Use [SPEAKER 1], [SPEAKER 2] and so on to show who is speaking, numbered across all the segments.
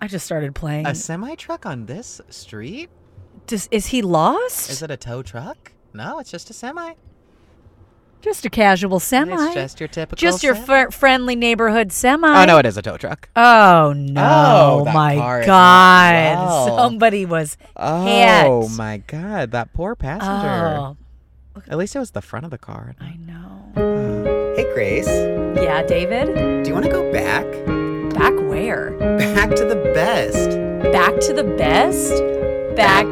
[SPEAKER 1] I just started playing.
[SPEAKER 2] A semi truck on this street?
[SPEAKER 1] Does, is he lost?
[SPEAKER 2] Is it a tow truck? No, it's just a semi.
[SPEAKER 1] just a casual semi.
[SPEAKER 2] It's just your typical.
[SPEAKER 1] Just your
[SPEAKER 2] semi.
[SPEAKER 1] fr- friendly neighborhood semi.
[SPEAKER 2] Oh no, it is a tow truck.
[SPEAKER 1] Oh no!
[SPEAKER 2] Oh, that
[SPEAKER 1] my
[SPEAKER 2] car is not
[SPEAKER 1] God!
[SPEAKER 2] well.
[SPEAKER 1] Somebody was
[SPEAKER 2] Oh
[SPEAKER 1] hit.
[SPEAKER 2] my god, that poor passenger.
[SPEAKER 1] Oh,
[SPEAKER 2] At least it was the front of the car.
[SPEAKER 1] I know.
[SPEAKER 3] Hey, Grace, do
[SPEAKER 1] Yeah, David.
[SPEAKER 3] you want to go back?
[SPEAKER 1] Back where?
[SPEAKER 3] Back to the best.
[SPEAKER 1] Back to the best. Back,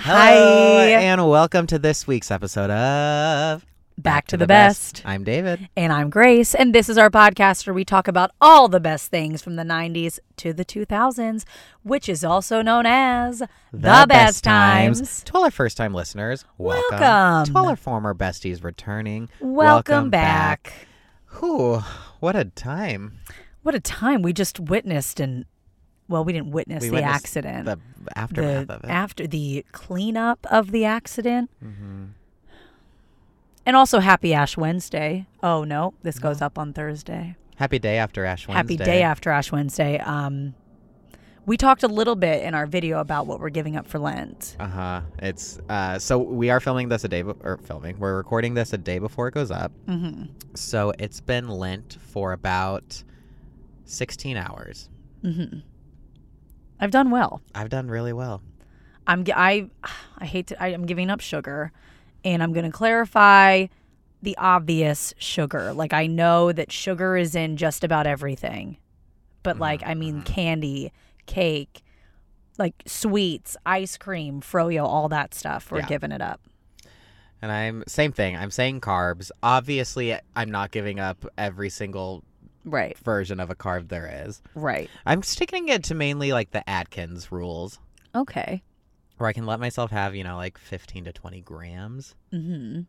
[SPEAKER 1] Hi.
[SPEAKER 2] Hello, and welcome to this week's episode of
[SPEAKER 1] Back to the best.
[SPEAKER 2] I'm David.
[SPEAKER 1] And I'm Grace, and this is our podcast where we talk about all the best things from the 90s to the 2000s, which is also known as the,
[SPEAKER 2] To all our first time listeners, welcome.
[SPEAKER 1] Welcome.
[SPEAKER 2] To all our former besties returning,
[SPEAKER 1] Welcome, back.
[SPEAKER 2] Whew, what a time.
[SPEAKER 1] What a time we just witnessed, and well, we didn't witness the
[SPEAKER 2] witnessed
[SPEAKER 1] accident.
[SPEAKER 2] The
[SPEAKER 1] The-
[SPEAKER 2] aftermath of it.
[SPEAKER 1] After the cleanup of the accident. And also, Happy Ash Wednesday. Oh, no, this goes up on Thursday.
[SPEAKER 2] Happy day after Ash Wednesday.
[SPEAKER 1] Happy day after Ash Wednesday. Um, we talked a little bit in our video about what we're giving up for Lent.
[SPEAKER 2] Uh huh. It's uh. So we are filming this a day, be- or filming. We're recording this a day before it goes up.
[SPEAKER 1] Mm-hmm.
[SPEAKER 2] So it's been Lent for about sixteen hours.
[SPEAKER 1] Mm-hmm. I've done well.
[SPEAKER 2] I've done really well.
[SPEAKER 1] I'm gi- I I hate to I, I'm giving up sugar, and I'm going to clarify the obvious sugar. Like I know that sugar is in just about everything, but like I mean candy, cake, like sweets, ice cream, froyo, all that stuff. We're
[SPEAKER 2] Yeah.
[SPEAKER 1] giving it up.
[SPEAKER 2] And I'm same thing. I'm saying carbs. Obviously, I'm not giving up every single
[SPEAKER 1] Right.
[SPEAKER 2] version of a carb there is.
[SPEAKER 1] Right.
[SPEAKER 2] I'm sticking it to mainly like the Atkins rules,
[SPEAKER 1] Okay.
[SPEAKER 2] where I can let myself have you know like 15 to 20 grams.
[SPEAKER 1] Mm-hmm.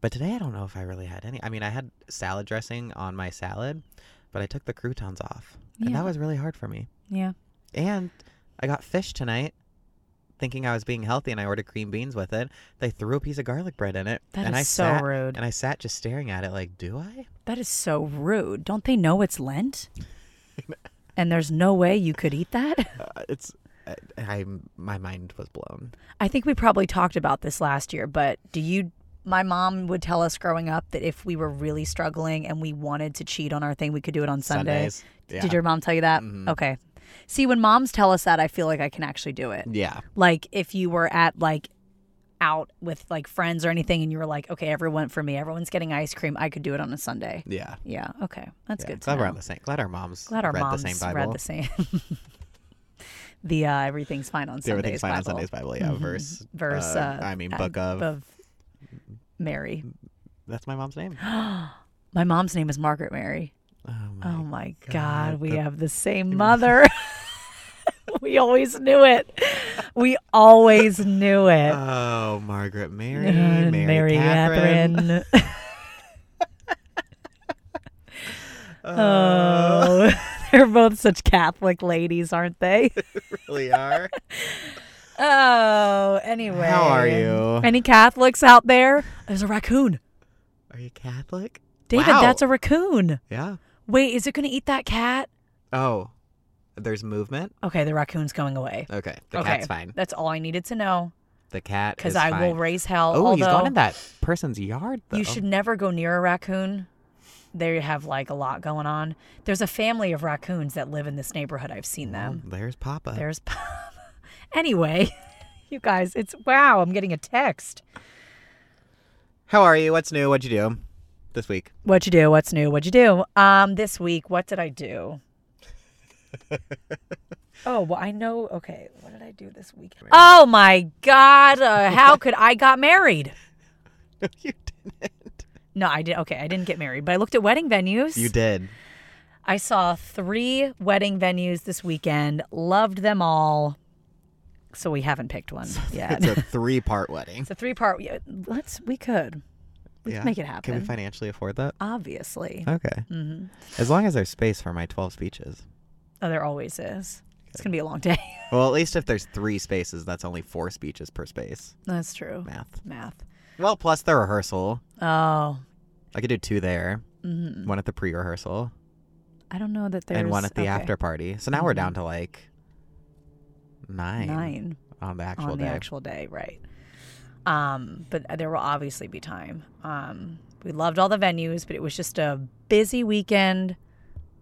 [SPEAKER 2] But today I don't know if I really had any. I mean, I had salad dressing on my salad, but I took the croutons off. And
[SPEAKER 1] Yeah.
[SPEAKER 2] that was really hard for me.
[SPEAKER 1] Yeah.
[SPEAKER 2] And I got fish tonight thinking I was being healthy and I ordered cream beans with it. They threw a piece of garlic bread in it.
[SPEAKER 1] That
[SPEAKER 2] and
[SPEAKER 1] is
[SPEAKER 2] I
[SPEAKER 1] so
[SPEAKER 2] sat,
[SPEAKER 1] rude.
[SPEAKER 2] And I sat just staring at it like, do I?
[SPEAKER 1] That is so rude. Don't they know it's Lent? and there's no way you could eat that?
[SPEAKER 2] Uh, it's I, I'm- my mind was blown.
[SPEAKER 1] I think we probably talked about this last year, but do you? My mom would tell us growing up that if we were really struggling and we wanted to cheat on our thing, we could do it on Sunday.
[SPEAKER 2] Sundays. Yeah. Mm-hmm.
[SPEAKER 1] Did your mom tell you that? Okay. See, when moms tell us that, I feel like I can actually do it.
[SPEAKER 2] Yeah.
[SPEAKER 1] Like if you were at like out with like friends or anything and you were like, okay, everyone for me, everyone's getting ice cream, I could do it on a Sunday.
[SPEAKER 2] Yeah.
[SPEAKER 1] Yeah. Okay. That's
[SPEAKER 2] yeah.
[SPEAKER 1] good. To
[SPEAKER 2] Glad
[SPEAKER 1] know.
[SPEAKER 2] we're on the same. Glad our moms
[SPEAKER 1] Glad our
[SPEAKER 2] read
[SPEAKER 1] moms
[SPEAKER 2] the same Bible.
[SPEAKER 1] read the same. the uh, everything's fine on
[SPEAKER 2] The
[SPEAKER 1] Sundays.
[SPEAKER 2] Everything's Fine
[SPEAKER 1] Bible. Mm-hmm.
[SPEAKER 2] on Sundays Bible. Yeah. Verse.
[SPEAKER 1] Verse.
[SPEAKER 2] uh,
[SPEAKER 1] Uh,
[SPEAKER 2] I mean,
[SPEAKER 1] uh,
[SPEAKER 2] book of.
[SPEAKER 1] Mary.
[SPEAKER 2] That's my mom's name.
[SPEAKER 1] My mom's name is Margaret Mary.
[SPEAKER 2] Oh my.
[SPEAKER 1] Oh my God,
[SPEAKER 2] God,
[SPEAKER 1] we
[SPEAKER 2] the-
[SPEAKER 1] have the same mother. we always knew it. We always knew it.
[SPEAKER 2] Oh, Margaret Mary,
[SPEAKER 1] Uh,
[SPEAKER 2] Mary, Catherine.
[SPEAKER 1] Catherine. oh, they're both such Catholic ladies, aren't they?
[SPEAKER 2] really are.
[SPEAKER 1] Oh, anyway.
[SPEAKER 2] How are you?
[SPEAKER 1] Any Catholics out there? There's a raccoon.
[SPEAKER 2] Are you Catholic?
[SPEAKER 1] David,
[SPEAKER 2] Wow.
[SPEAKER 1] that's a raccoon.
[SPEAKER 2] Yeah.
[SPEAKER 1] Wait, is it going to eat that cat?
[SPEAKER 2] Oh, there's movement.
[SPEAKER 1] Okay, the raccoon's going away.
[SPEAKER 2] Okay, the
[SPEAKER 1] okay.
[SPEAKER 2] cat's fine.
[SPEAKER 1] That's all I needed to know
[SPEAKER 2] The cat
[SPEAKER 1] because
[SPEAKER 2] is
[SPEAKER 1] I will
[SPEAKER 2] fine.
[SPEAKER 1] raise hell.
[SPEAKER 2] Oh,
[SPEAKER 1] although
[SPEAKER 2] he's gone in that person's yard though.
[SPEAKER 1] You should never go near a raccoon. They have like a lot going on. There's a family of raccoons that live in this neighborhood. I've seen
[SPEAKER 2] Oh,
[SPEAKER 1] them.
[SPEAKER 2] there's Papa.
[SPEAKER 1] There's. anyway, you guys, it's wow. I'm getting a text.
[SPEAKER 2] How are you? What's new? What'd you do this week?
[SPEAKER 1] What you do? What's new? What you do? Um, this week, what did I do? oh well, I know. Okay, what did I do this week? Oh my God! Uh, how could I got married?
[SPEAKER 2] No, you didn't.
[SPEAKER 1] No, I did. Okay, I didn't get married, but I looked at wedding venues.
[SPEAKER 2] You did.
[SPEAKER 1] I saw three wedding venues this weekend. Loved them all. So we haven't picked one yet.
[SPEAKER 2] It's a three-part wedding.
[SPEAKER 1] it's a three part. Let's. We could. We
[SPEAKER 2] Yeah.
[SPEAKER 1] could make it
[SPEAKER 2] Can
[SPEAKER 1] happen.
[SPEAKER 2] we financially afford that?
[SPEAKER 1] Obviously.
[SPEAKER 2] Okay.
[SPEAKER 1] Mhm.
[SPEAKER 2] As long as there's space for my 12 speeches.
[SPEAKER 1] Oh, there always is. It's gonna be a long day.
[SPEAKER 2] Well, at least if there's three spaces, that's only four speeches per space.
[SPEAKER 1] That's true.
[SPEAKER 2] Math.
[SPEAKER 1] Math.
[SPEAKER 2] Well, plus the rehearsal.
[SPEAKER 1] Oh.
[SPEAKER 2] I could do two there,
[SPEAKER 1] mhm.
[SPEAKER 2] one at the pre rehearsal.
[SPEAKER 1] I don't know that there's
[SPEAKER 2] and one at the
[SPEAKER 1] okay.
[SPEAKER 2] after party. So now we're
[SPEAKER 1] Mhm.
[SPEAKER 2] down to like nine,
[SPEAKER 1] nine
[SPEAKER 2] on the actual
[SPEAKER 1] on
[SPEAKER 2] day.
[SPEAKER 1] the actual day, right? Um, but there will obviously be time. Um, we loved all the venues, but it was just a busy weekend,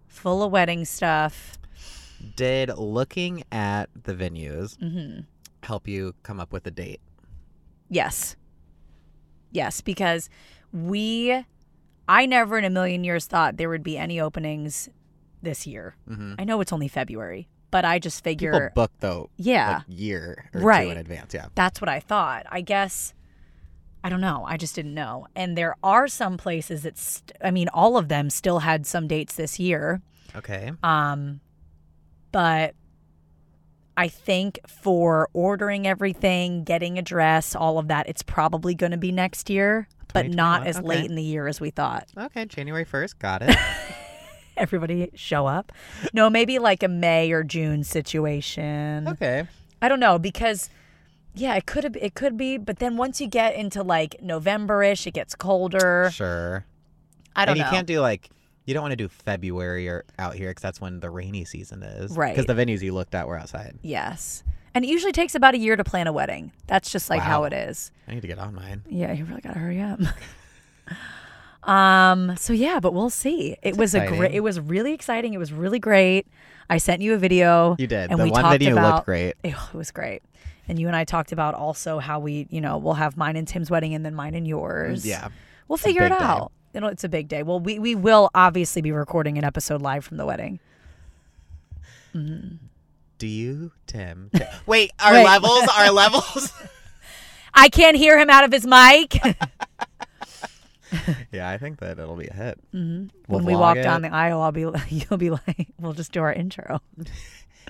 [SPEAKER 1] full of wedding stuff.
[SPEAKER 2] Did looking at the venues
[SPEAKER 1] hmm
[SPEAKER 2] help you come up with a date?
[SPEAKER 1] Yes. Yes, because we, I never in a million years thought there would be any openings this year.
[SPEAKER 2] Mm-hmm.
[SPEAKER 1] I know it's only February, but I just figure,
[SPEAKER 2] People book though
[SPEAKER 1] yeah,
[SPEAKER 2] a year or two
[SPEAKER 1] Right.
[SPEAKER 2] in advance. Yeah.
[SPEAKER 1] that's what I thought. I guess, I don't know. I just didn't know. And there are some places that, st- I mean, all of them still had some dates this year.
[SPEAKER 2] Okay.
[SPEAKER 1] Um, but I think for ordering everything, getting a dress, all of that, it's probably going to be next year, but not
[SPEAKER 2] 2021,
[SPEAKER 1] as
[SPEAKER 2] okay.
[SPEAKER 1] late in the year as we thought.
[SPEAKER 2] Okay. January first. Got it.
[SPEAKER 1] Everybody show up. No, maybe like a May or June situation.
[SPEAKER 2] okay.
[SPEAKER 1] I don't know because yeah, it could have it could be, but then once you get into like November-ish, it gets colder.
[SPEAKER 2] Sure.
[SPEAKER 1] I don't
[SPEAKER 2] and you
[SPEAKER 1] know.
[SPEAKER 2] can't do like you don't want to do February or out here because that's when the rainy season is.
[SPEAKER 1] Right.
[SPEAKER 2] Because the venues you looked at were outside.
[SPEAKER 1] yes. And it usually takes about a year to plan a wedding. That's just like how
[SPEAKER 2] Wow.
[SPEAKER 1] it is.
[SPEAKER 2] I need to get on mine.
[SPEAKER 1] Yeah, you really got to hurry up. um, so yeah, but we'll see. It was a great
[SPEAKER 2] exciting.
[SPEAKER 1] it was really exciting. It was really great. I sent you a video.
[SPEAKER 2] You did.
[SPEAKER 1] And
[SPEAKER 2] the
[SPEAKER 1] we
[SPEAKER 2] one
[SPEAKER 1] talked
[SPEAKER 2] video
[SPEAKER 1] about
[SPEAKER 2] looked great.
[SPEAKER 1] Ew, it was great. And you and I talked about also how we, you know, we'll have mine and Tim's wedding and then mine and yours.
[SPEAKER 2] Yeah.
[SPEAKER 1] We'll
[SPEAKER 2] a
[SPEAKER 1] figure it
[SPEAKER 2] big day.
[SPEAKER 1] out. You know, it's a big day. Well, we, we will obviously be recording an episode live from the wedding.
[SPEAKER 2] Do you, Tim? Ti- Wait, our
[SPEAKER 1] Wait.
[SPEAKER 2] levels, our levels.
[SPEAKER 1] I can't hear him out of his mic.
[SPEAKER 2] yeah, I think that it'll be a hit.
[SPEAKER 1] Mhm.
[SPEAKER 2] We'll
[SPEAKER 1] when we
[SPEAKER 2] vlog
[SPEAKER 1] walk
[SPEAKER 2] it.
[SPEAKER 1] down the aisle, I'll be you'll be like, we'll just do our intro,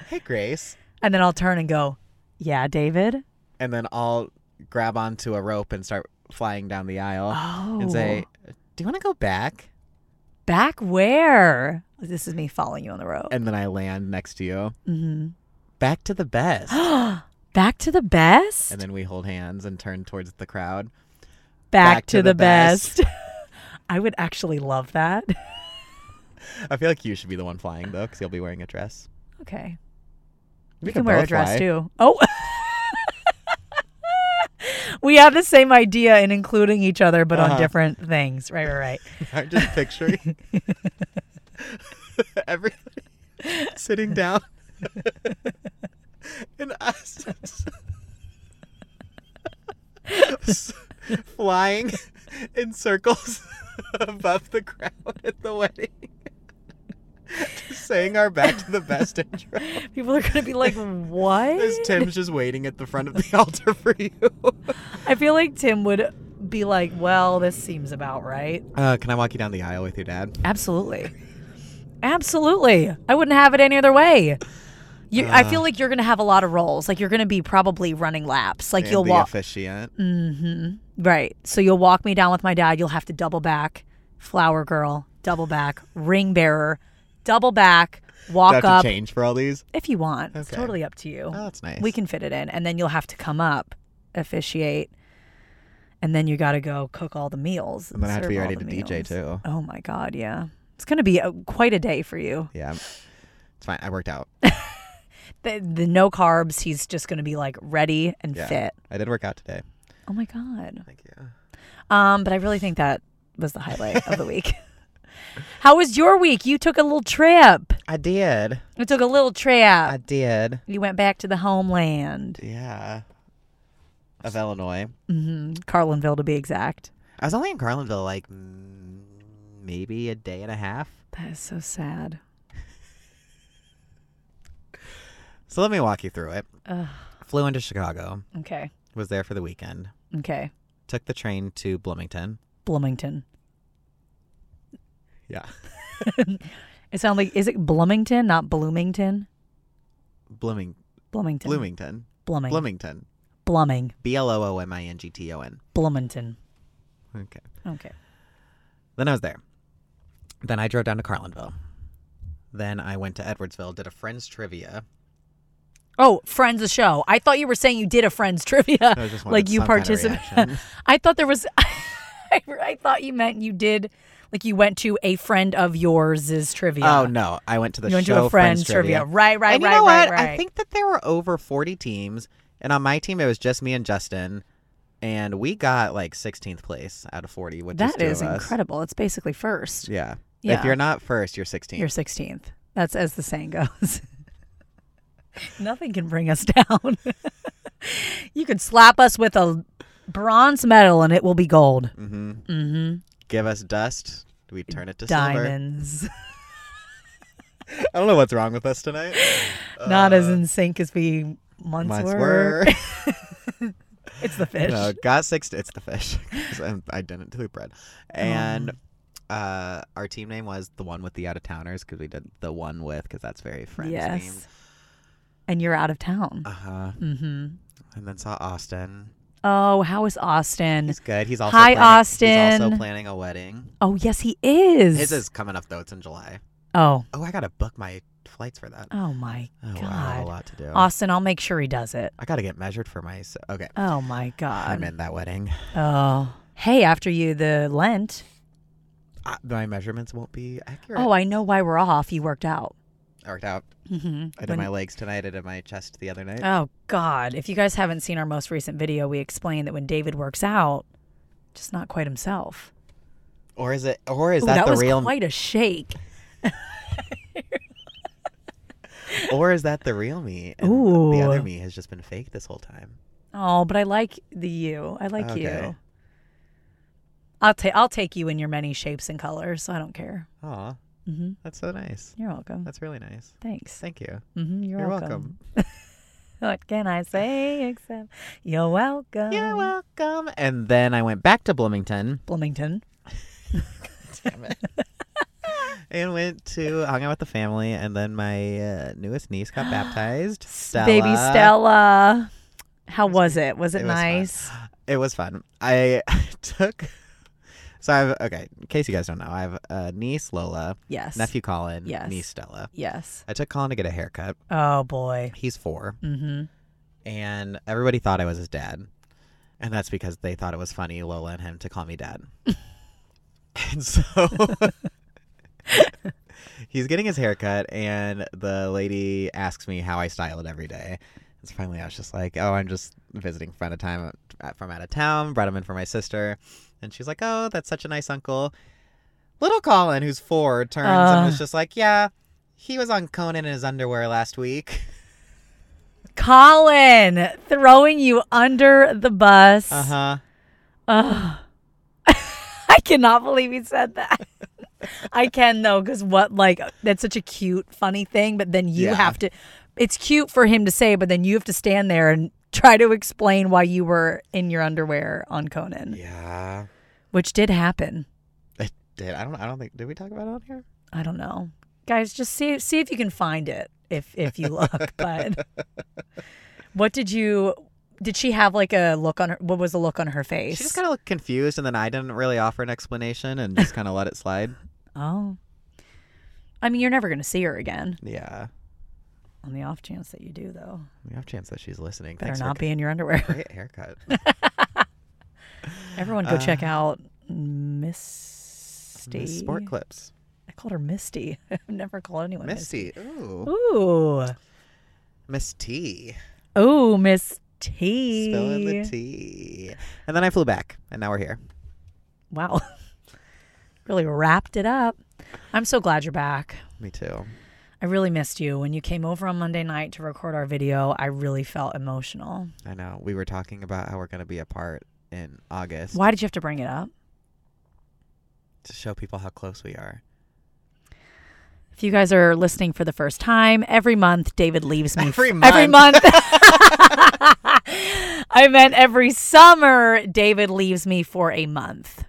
[SPEAKER 2] Hey, Grace.
[SPEAKER 1] and then I'll turn and go, yeah, David.
[SPEAKER 2] And then I'll grab onto a rope and start flying down the aisle
[SPEAKER 1] Oh,
[SPEAKER 2] and say, Do you want to go back?
[SPEAKER 1] back where? This is me following you on the road.
[SPEAKER 2] And then I land next to you.
[SPEAKER 1] hmm
[SPEAKER 2] Back to the best.
[SPEAKER 1] back to the best.
[SPEAKER 2] and then we hold hands and turn towards the crowd.
[SPEAKER 1] back,
[SPEAKER 2] back
[SPEAKER 1] to,
[SPEAKER 2] to
[SPEAKER 1] the,
[SPEAKER 2] the
[SPEAKER 1] best. I would actually love that.
[SPEAKER 2] I feel like you should be the one flying, though, because you'll be wearing a dress.
[SPEAKER 1] Okay.
[SPEAKER 2] We
[SPEAKER 1] You can wear a
[SPEAKER 2] both
[SPEAKER 1] dress
[SPEAKER 2] fly.
[SPEAKER 1] too. Oh. we have the same idea in including each other, but on
[SPEAKER 2] Uh-huh.
[SPEAKER 1] different things. Right, right, right.
[SPEAKER 2] I'm just picturing everything sitting down and us s- flying in circles above the crowd at the wedding. Just saying our back to the best intro
[SPEAKER 1] People are going to be like,
[SPEAKER 2] as
[SPEAKER 1] what?
[SPEAKER 2] Tim's just waiting at the front of the altar for you.
[SPEAKER 1] I feel like Tim would be like, well, this seems about right.
[SPEAKER 2] Uh, can I walk you down the aisle with you, Dad?
[SPEAKER 1] Absolutely. Absolutely. I wouldn't have it any other way. You, I
[SPEAKER 2] Uh.
[SPEAKER 1] feel like you're going to have a lot of roles. Like you're going to be probably running laps. Like
[SPEAKER 2] And
[SPEAKER 1] you'll
[SPEAKER 2] the
[SPEAKER 1] walk.
[SPEAKER 2] officiant.
[SPEAKER 1] hmm Right. So you'll walk me down with my dad. You'll have to double back, flower girl, double back, ring bearer, double back,
[SPEAKER 2] Do I
[SPEAKER 1] walk
[SPEAKER 2] have
[SPEAKER 1] up
[SPEAKER 2] to change for all these?
[SPEAKER 1] if you want. It's
[SPEAKER 2] Okay.
[SPEAKER 1] totally up to you.
[SPEAKER 2] Oh, that's nice.
[SPEAKER 1] We can fit it in, and then you'll have to come up, officiate, and then you got to go cook all the meals.
[SPEAKER 2] And then I have to
[SPEAKER 1] serve
[SPEAKER 2] be
[SPEAKER 1] all
[SPEAKER 2] ready
[SPEAKER 1] the
[SPEAKER 2] to DJ
[SPEAKER 1] meals.
[SPEAKER 2] too.
[SPEAKER 1] Oh my god, yeah. It's gonna be a, quite a day for you.
[SPEAKER 2] Yeah. It's fine. I worked out.
[SPEAKER 1] The, the no carbs, he's just gonna be like ready and
[SPEAKER 2] Yeah.
[SPEAKER 1] fit.
[SPEAKER 2] I did work out today.
[SPEAKER 1] Oh my god.
[SPEAKER 2] Thank you.
[SPEAKER 1] Um, but I really think that was the highlight of the week. How was your week? You took a little trip.
[SPEAKER 2] I did.
[SPEAKER 1] You took a little
[SPEAKER 2] I
[SPEAKER 1] trip.
[SPEAKER 2] did.
[SPEAKER 1] You went back to the homeland,
[SPEAKER 2] Yeah. Of Illinois.
[SPEAKER 1] hmm Carlinville to be exact.
[SPEAKER 2] I was only in Carlinville like mm, maybe a day and a half.
[SPEAKER 1] That is so sad.
[SPEAKER 2] So let me walk you through it.
[SPEAKER 1] Ugh.
[SPEAKER 2] Flew into Chicago,
[SPEAKER 1] Okay.
[SPEAKER 2] was there for the weekend,
[SPEAKER 1] Okay.
[SPEAKER 2] took the train to Bloomington.
[SPEAKER 1] Bloomington.
[SPEAKER 2] Yeah.
[SPEAKER 1] It sounds like is it Bloomington, not Bloomington?
[SPEAKER 2] Blooming
[SPEAKER 1] Bloomington.
[SPEAKER 2] Bloomington.
[SPEAKER 1] Blooming.
[SPEAKER 2] Bloomington.
[SPEAKER 1] Blooming.
[SPEAKER 2] B L O O M I N G T O N.
[SPEAKER 1] Bloomington.
[SPEAKER 2] Okay.
[SPEAKER 1] Okay.
[SPEAKER 2] Then I was there. Then I drove down to Carlinville. Then I went to Edwardsville, did a friends trivia.
[SPEAKER 1] Oh, friends the show. I thought you were saying you did a friends trivia.
[SPEAKER 2] I just wanted
[SPEAKER 1] like you
[SPEAKER 2] some kind of
[SPEAKER 1] participated.
[SPEAKER 2] reaction.
[SPEAKER 1] I thought there was I, I thought you meant you did Like you went to a friend of yours's trivia.
[SPEAKER 2] Oh no, I went to the
[SPEAKER 1] you went
[SPEAKER 2] show
[SPEAKER 1] to a friend's
[SPEAKER 2] Friends
[SPEAKER 1] trivia. Right, right,
[SPEAKER 2] and
[SPEAKER 1] right,
[SPEAKER 2] you know
[SPEAKER 1] right,
[SPEAKER 2] what?
[SPEAKER 1] right.
[SPEAKER 2] I think that there were over 40 teams, and on my team it was just me and Justin, and we got like 16th place out of 40, which is
[SPEAKER 1] that
[SPEAKER 2] two
[SPEAKER 1] is
[SPEAKER 2] of us.
[SPEAKER 1] incredible. It's basically first.
[SPEAKER 2] Yeah.
[SPEAKER 1] Yeah.
[SPEAKER 2] If you're not first, you're 16th.
[SPEAKER 1] You're 16th. That's as the saying goes. Nothing can bring us down. you could slap us with a bronze medal and it will be gold.
[SPEAKER 2] hmm
[SPEAKER 1] Mm-hmm.
[SPEAKER 2] Give us dust, we turn it to
[SPEAKER 1] Diamonds.
[SPEAKER 2] silver. I don't know what's wrong with us tonight.
[SPEAKER 1] Not
[SPEAKER 2] Uh,
[SPEAKER 1] as in sync as we once,
[SPEAKER 2] Months
[SPEAKER 1] were.
[SPEAKER 2] were.
[SPEAKER 1] It's the fish.
[SPEAKER 2] No, got six. It's the fish. 'Cause I'm- I didn't do bread. And
[SPEAKER 1] Oh.
[SPEAKER 2] uh, our team name was the one with the out of towners because we did the one with because that's very friends
[SPEAKER 1] yes.
[SPEAKER 2] named.
[SPEAKER 1] And you're out of town.
[SPEAKER 2] Uh huh.
[SPEAKER 1] mm-hmm.
[SPEAKER 2] And then saw Austin.
[SPEAKER 1] Oh, how is Austin?
[SPEAKER 2] He's good. He's also
[SPEAKER 1] Hi,
[SPEAKER 2] planning, He's
[SPEAKER 1] Austin.
[SPEAKER 2] also planning a wedding.
[SPEAKER 1] Oh, yes, he is.
[SPEAKER 2] His is coming up though. It's in July.
[SPEAKER 1] Oh,
[SPEAKER 2] Oh, I gotta book my flights for that.
[SPEAKER 1] oh my
[SPEAKER 2] Oh, wow, I have
[SPEAKER 1] God.
[SPEAKER 2] a lot to do.
[SPEAKER 1] Austin, I'll make sure he does it.
[SPEAKER 2] I gotta get measured for my. s- Okay,
[SPEAKER 1] Oh my God.
[SPEAKER 2] I'm in that wedding.
[SPEAKER 1] Oh, hey, after you, the Lent.
[SPEAKER 2] Uh, my measurements won't be accurate.
[SPEAKER 1] Oh, I know why we're off. You worked out.
[SPEAKER 2] I worked out.
[SPEAKER 1] Mm-hmm.
[SPEAKER 2] I did my legs tonight. I did my chest the other night.
[SPEAKER 1] Oh, God. If you guys haven't seen our most recent video, we explained that when David works out, just not quite himself.
[SPEAKER 2] Or is it? Or is
[SPEAKER 1] Ooh,
[SPEAKER 2] that, the
[SPEAKER 1] was
[SPEAKER 2] real?
[SPEAKER 1] quite a shake.
[SPEAKER 2] Or is that the real me? And The
[SPEAKER 1] Ooh.
[SPEAKER 2] other me has just been fake this whole time.
[SPEAKER 1] Oh, but I like the you. I like you.
[SPEAKER 2] Okay.
[SPEAKER 1] I'll, ta- I'll take you in your many shapes and colors. I don't care.
[SPEAKER 2] Aw,
[SPEAKER 1] hmm
[SPEAKER 2] that's so nice.
[SPEAKER 1] You're welcome.
[SPEAKER 2] That's really nice.
[SPEAKER 1] Thanks.
[SPEAKER 2] Thank you.
[SPEAKER 1] hmm You're,
[SPEAKER 2] You're
[SPEAKER 1] welcome. what can I say except you're welcome?
[SPEAKER 2] You're welcome. And then I went back to Bloomington
[SPEAKER 1] Bloomington.
[SPEAKER 2] and went to hung out with the family. And then my uh, newest niece got baptized. Stella.
[SPEAKER 1] Baby Stella. How was it? Was it,
[SPEAKER 2] It was fun.
[SPEAKER 1] nice?
[SPEAKER 2] It was fun. I took. So I have okay. In case you guys don't know, I have a niece Lola,
[SPEAKER 1] Yes.
[SPEAKER 2] nephew Colin,
[SPEAKER 1] Yes.
[SPEAKER 2] niece Stella.
[SPEAKER 1] Yes.
[SPEAKER 2] I took Colin to get a haircut.
[SPEAKER 1] Oh boy.
[SPEAKER 2] He's four.
[SPEAKER 1] Mm-hmm.
[SPEAKER 2] and everybody thought I was his dad. And that's because they thought it was funny, Lola and him, to call me dad. and so he's getting his haircut, and the lady asks me how I style it every day. And so finally, I was just like, oh, I'm just visiting friend of time from out of town, brought him in for my sister. And she's like, oh, that's such a nice uncle. Little Colin, who's four, turns
[SPEAKER 1] Uh.
[SPEAKER 2] and was just like, yeah, he was on Conan in his underwear last week.
[SPEAKER 1] Colin throwing you under the bus.
[SPEAKER 2] Uh huh.
[SPEAKER 1] Ugh. I cannot believe he said that. I can though, because what like that's such a cute, funny thing, but then you
[SPEAKER 2] Yeah.
[SPEAKER 1] have to it's cute for him to say, but then you have to stand there and try to explain why you were in your underwear on Conan.
[SPEAKER 2] Yeah.
[SPEAKER 1] Which did happen.
[SPEAKER 2] It did. I don't. I don't think. Did we talk about it on here?
[SPEAKER 1] I don't know. Guys, just see see if you can find it if if you look. but what did you did she have like a look on her what was the look on her face?
[SPEAKER 2] She just kind of looked confused, and then I didn't really offer an explanation and just kind of let it slide.
[SPEAKER 1] oh. I mean, you're never going to see her again
[SPEAKER 2] Yeah.
[SPEAKER 1] on the off chance that you do though.
[SPEAKER 2] We have a chance that she's listening.
[SPEAKER 1] Better
[SPEAKER 2] Thanks
[SPEAKER 1] not
[SPEAKER 2] for
[SPEAKER 1] be in your underwear.
[SPEAKER 2] a great haircut.
[SPEAKER 1] Everyone go check out Misty.
[SPEAKER 2] Uh, Miss Sport clips.
[SPEAKER 1] I called her Misty. I've never called anyone
[SPEAKER 2] Misty. Ooh.
[SPEAKER 1] Misty. Ooh.
[SPEAKER 2] Miss T.
[SPEAKER 1] Ooh, Miss T.
[SPEAKER 2] Spilling the tea. And then I flew back, and now we're here.
[SPEAKER 1] Wow. really wrapped it up. I'm so glad you're back.
[SPEAKER 2] Me too.
[SPEAKER 1] I really missed you. When you came over on Monday night to record our video, I really felt emotional.
[SPEAKER 2] I know. We were talking about how we're gonna be apart in August
[SPEAKER 1] Why did you have to bring it up?
[SPEAKER 2] to show people how close we are.
[SPEAKER 1] If you guys are listening for the first time, every month David leaves me.
[SPEAKER 2] Every
[SPEAKER 1] Every month. I meant every summer David leaves me for a month.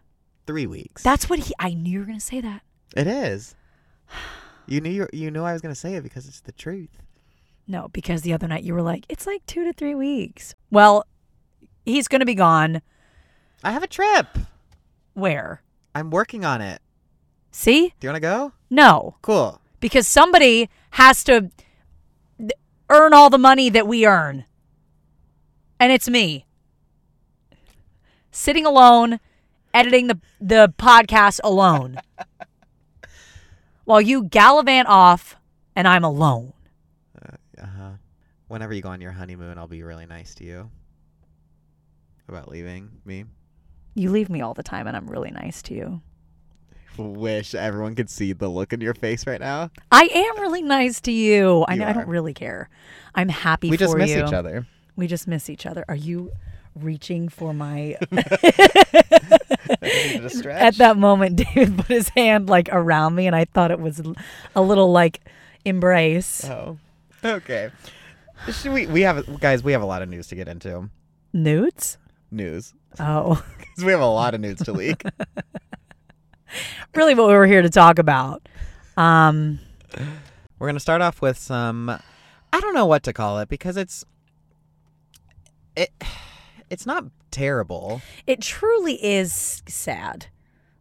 [SPEAKER 2] Three weeks.
[SPEAKER 1] That's what he I knew you were going to say that.
[SPEAKER 2] it is. You knew you, you knew I was gonna say it because it's the truth.
[SPEAKER 1] No, because the other night you were like, it's like 2 to 3 weeks. Well, he's going to be gone
[SPEAKER 2] I have a trip.
[SPEAKER 1] where?
[SPEAKER 2] I'm working on it.
[SPEAKER 1] See?
[SPEAKER 2] Do you want to go?
[SPEAKER 1] No,
[SPEAKER 2] Cool.
[SPEAKER 1] because somebody has to th- earn all the money that we earn. And it's me. Sitting alone editing the the podcast alone. While you gallivant off and I'm alone.
[SPEAKER 2] Uh huh. Whenever you go on your honeymoon, I'll be really nice to you. About leaving me.
[SPEAKER 1] You leave me all the time and I'm really nice to you.
[SPEAKER 2] Wish everyone could see the look in your face right now.
[SPEAKER 1] I am really nice to you. I
[SPEAKER 2] You
[SPEAKER 1] know I don't
[SPEAKER 2] are.
[SPEAKER 1] really care. I'm happy
[SPEAKER 2] we just
[SPEAKER 1] for
[SPEAKER 2] miss
[SPEAKER 1] you.
[SPEAKER 2] each other.
[SPEAKER 1] We just miss each other. Are you reaching for my
[SPEAKER 2] Needed a
[SPEAKER 1] At
[SPEAKER 2] stretch.
[SPEAKER 1] that moment, David put his hand like around me, and I thought it was l- a little like embrace.
[SPEAKER 2] Oh, okay. Should we? We have guys. We have a lot of news to get into.
[SPEAKER 1] Nudes?
[SPEAKER 2] News.
[SPEAKER 1] Oh,
[SPEAKER 2] We have a lot of news to leak.
[SPEAKER 1] really? What we were here to talk about? Um,
[SPEAKER 2] We're gonna start off with some. I don't know what to call it because it's. It, it's not terrible.
[SPEAKER 1] it truly is s- sad.